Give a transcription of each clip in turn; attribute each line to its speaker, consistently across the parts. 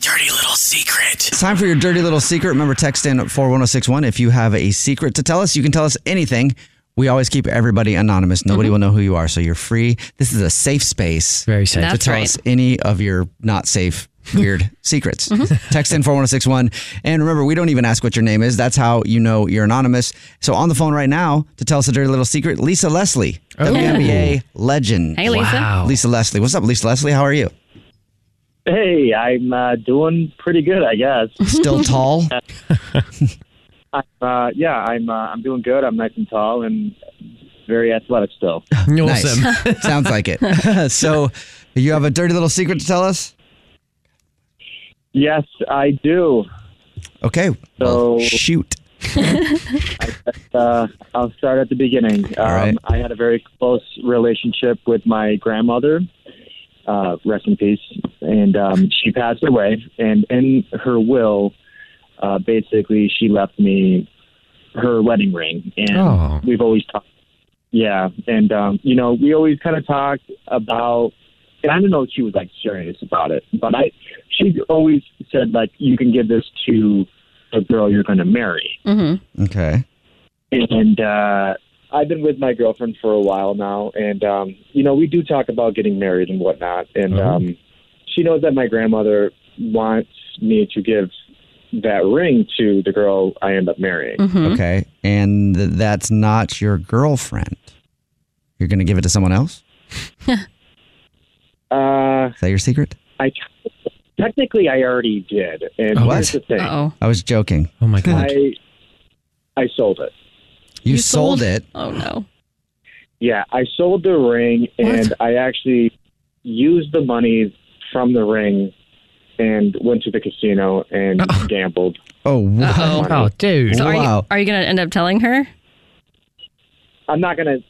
Speaker 1: dirty little secret.
Speaker 2: It's time for your dirty little secret. Remember, text in at 41061 if you have a secret to tell us. You can tell us anything. We always keep everybody anonymous. Nobody will know who you are, so you're free. This is a safe space.
Speaker 3: Mm-hmm. Very safe.
Speaker 2: to
Speaker 3: That's
Speaker 2: tell
Speaker 3: right.
Speaker 2: us any of your not safe, weird secrets.
Speaker 3: Mm-hmm.
Speaker 2: Text in 41061. And remember, we don't even ask what your name is. That's how you know you're anonymous. So on the phone right now to tell us a dirty little secret, Lisa Leslie, WNBA legend.
Speaker 3: Hey, Lisa. Oh. Wow.
Speaker 2: Lisa Leslie. What's up, Lisa Leslie? How are you?
Speaker 4: Hey, I'm uh, doing pretty good, I guess.
Speaker 2: Still tall?
Speaker 4: I'm, uh, yeah, I'm. Uh, I'm doing good. I'm nice and tall and very athletic still.
Speaker 3: Awesome.
Speaker 2: Nice. Sounds like it. so, you have a dirty little secret to tell us?
Speaker 4: Yes, I do.
Speaker 2: Okay. well,
Speaker 4: So-
Speaker 2: shoot.
Speaker 4: Uh, I'll start at the beginning. Um,
Speaker 2: right.
Speaker 4: I had a very close relationship with my grandmother. Uh, rest in peace. And um, she passed away. And in her will, uh, basically, she left me her wedding ring. And
Speaker 3: Oh.
Speaker 4: we've always talked. Yeah. And, um, you know, we always kind of talked about, and I don't know if she was like serious about it, but I, she always said, like, you can give this to the girl you're going to marry
Speaker 2: Okay.
Speaker 4: and uh, I've been with my girlfriend for a while now, and um, you know we do talk about getting married and whatnot, and
Speaker 3: Oh.
Speaker 4: um, she knows that my grandmother wants me to give that ring to the girl I end up marrying.
Speaker 2: Mm-hmm. Okay. And th- that's not your girlfriend. You're going to give it to someone else?
Speaker 4: Uh,
Speaker 2: Is that your secret?
Speaker 4: I technically I already did, and
Speaker 2: Oh,
Speaker 4: here's the thing:
Speaker 3: Uh-oh.
Speaker 2: I was joking.
Speaker 3: Oh my god.
Speaker 4: I I sold it.
Speaker 2: You, sold, it.
Speaker 3: Oh no.
Speaker 4: Yeah, I sold the ring and I actually used the money from the ring and went to the casino and gambled.
Speaker 2: Oh,
Speaker 3: Oh.
Speaker 2: wow.
Speaker 5: Oh, dude.
Speaker 2: So-
Speaker 5: are
Speaker 2: Wow.
Speaker 5: you, are you going to end up telling her?
Speaker 4: I'm not going to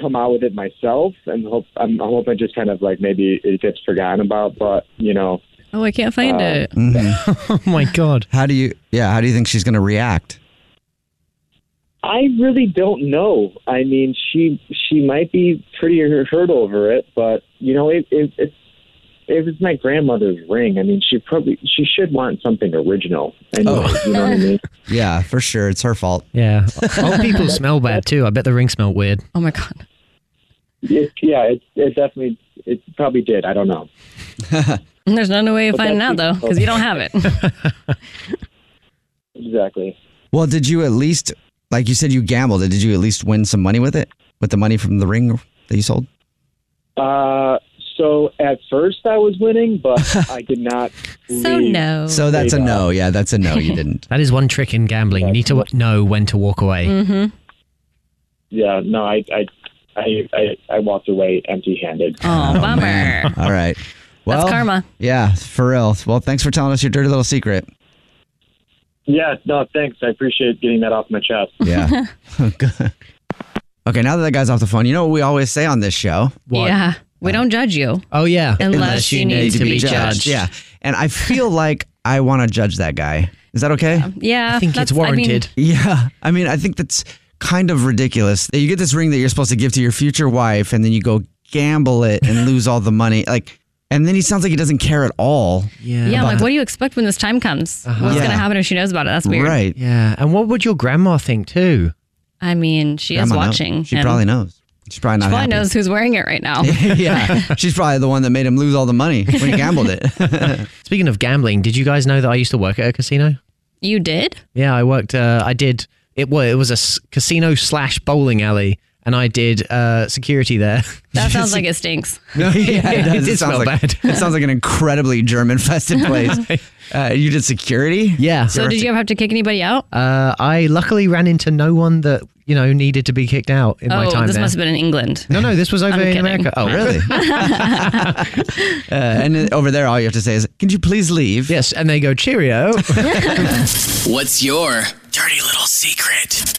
Speaker 4: come out with it myself and hope I'm I'm hoping just kind of like maybe it gets forgotten about, but you know,
Speaker 5: Oh, I can't find it.
Speaker 2: Mhm.
Speaker 5: Oh, my God.
Speaker 2: How do you, yeah, how do you think she's going to react?
Speaker 4: I really don't know. I mean, she she might be pretty hurt over it, but you know, it it it, it was my grandmother's ring. I mean, she probably she should want something original. Anyway,
Speaker 5: Oh.
Speaker 4: you know what I mean?
Speaker 2: Oh, Yeah, for sure. It's her fault.
Speaker 5: Yeah. Old people smell bad, too. I bet the ring smelled weird.
Speaker 3: Oh my god.
Speaker 4: It, yeah, it it definitely it probably did. I don't know.
Speaker 5: And there's no way of
Speaker 4: But
Speaker 5: finding
Speaker 4: that's
Speaker 5: out, though,
Speaker 4: people.
Speaker 5: because you don't have it.
Speaker 4: Exactly.
Speaker 2: Well, did you at least, like you said, you gambled it. Did you at least win some money with it? With the money from the ring that you sold?
Speaker 4: Uh, so at first I was winning, but I did not.
Speaker 5: So,
Speaker 4: leave.
Speaker 5: no.
Speaker 2: So that's a no. Yeah, that's a no. You didn't.
Speaker 5: That is one trick in gambling. You need to w- know when to walk away.
Speaker 4: Yeah, no, I I I I, I walked away empty-handed.
Speaker 5: Oh, bummer.
Speaker 2: Man. All right. Well,
Speaker 5: That's karma.
Speaker 2: Yeah, for real. Well, thanks for telling us your dirty little secret.
Speaker 4: Yeah, no, thanks. I appreciate getting that off my chest.
Speaker 2: Yeah. okay, now that that guy's off the phone, you know what we always say on this show? Uh,
Speaker 5: Yeah.
Speaker 3: We don't judge you.
Speaker 5: Oh yeah,
Speaker 3: Unless you need to be judged.
Speaker 2: Yeah, and I feel like I want to judge that guy. Is that okay?
Speaker 3: Um, Yeah. that's- I mean,
Speaker 2: yeah. I mean, I think that's kind of ridiculous that you get this ring that you're supposed to give to your future wife and then you go gamble it and lose all the money. Like, and then he sounds like he doesn't care at all.
Speaker 3: yeah. like, what do you expect when this time comes? What's
Speaker 5: Yeah.
Speaker 3: going to happen if she knows about it? That's weird.
Speaker 5: Yeah. And what would your grandma think too?
Speaker 3: I mean, she is watching. him.
Speaker 2: knows. She's probably
Speaker 3: She
Speaker 2: not
Speaker 3: probably
Speaker 2: happy.
Speaker 3: knows who's wearing it right now.
Speaker 2: yeah. She's probably the one that made him lose all the money when he gambled it.
Speaker 5: Speaking of gambling, did you guys know that I used to work at a casino?
Speaker 3: You did?
Speaker 5: Yeah, I worked. Uh, I did. It was it was a s- casino slash bowling alley, and I did uh, security there.
Speaker 3: That sounds like it stinks.
Speaker 2: it, does.
Speaker 5: It did
Speaker 2: sounds
Speaker 5: smell
Speaker 2: like,
Speaker 5: bad.
Speaker 2: It sounds like an incredibly germ infested place. Uh, you did security?
Speaker 5: Yeah.
Speaker 3: So did you ever have to kick anybody out?
Speaker 5: Uh, I luckily ran into no one that you know needed to be kicked out in my
Speaker 3: oh,
Speaker 5: time
Speaker 3: this
Speaker 5: there.
Speaker 3: must have been in England.
Speaker 5: no, no, this was over
Speaker 3: I'm
Speaker 5: in
Speaker 3: kidding.
Speaker 5: America. Oh,
Speaker 2: really? Uh, and then over there, all you have to say is, "Can you please leave?"
Speaker 5: Yes, and they go cheerio.
Speaker 1: What's your dirty little secret?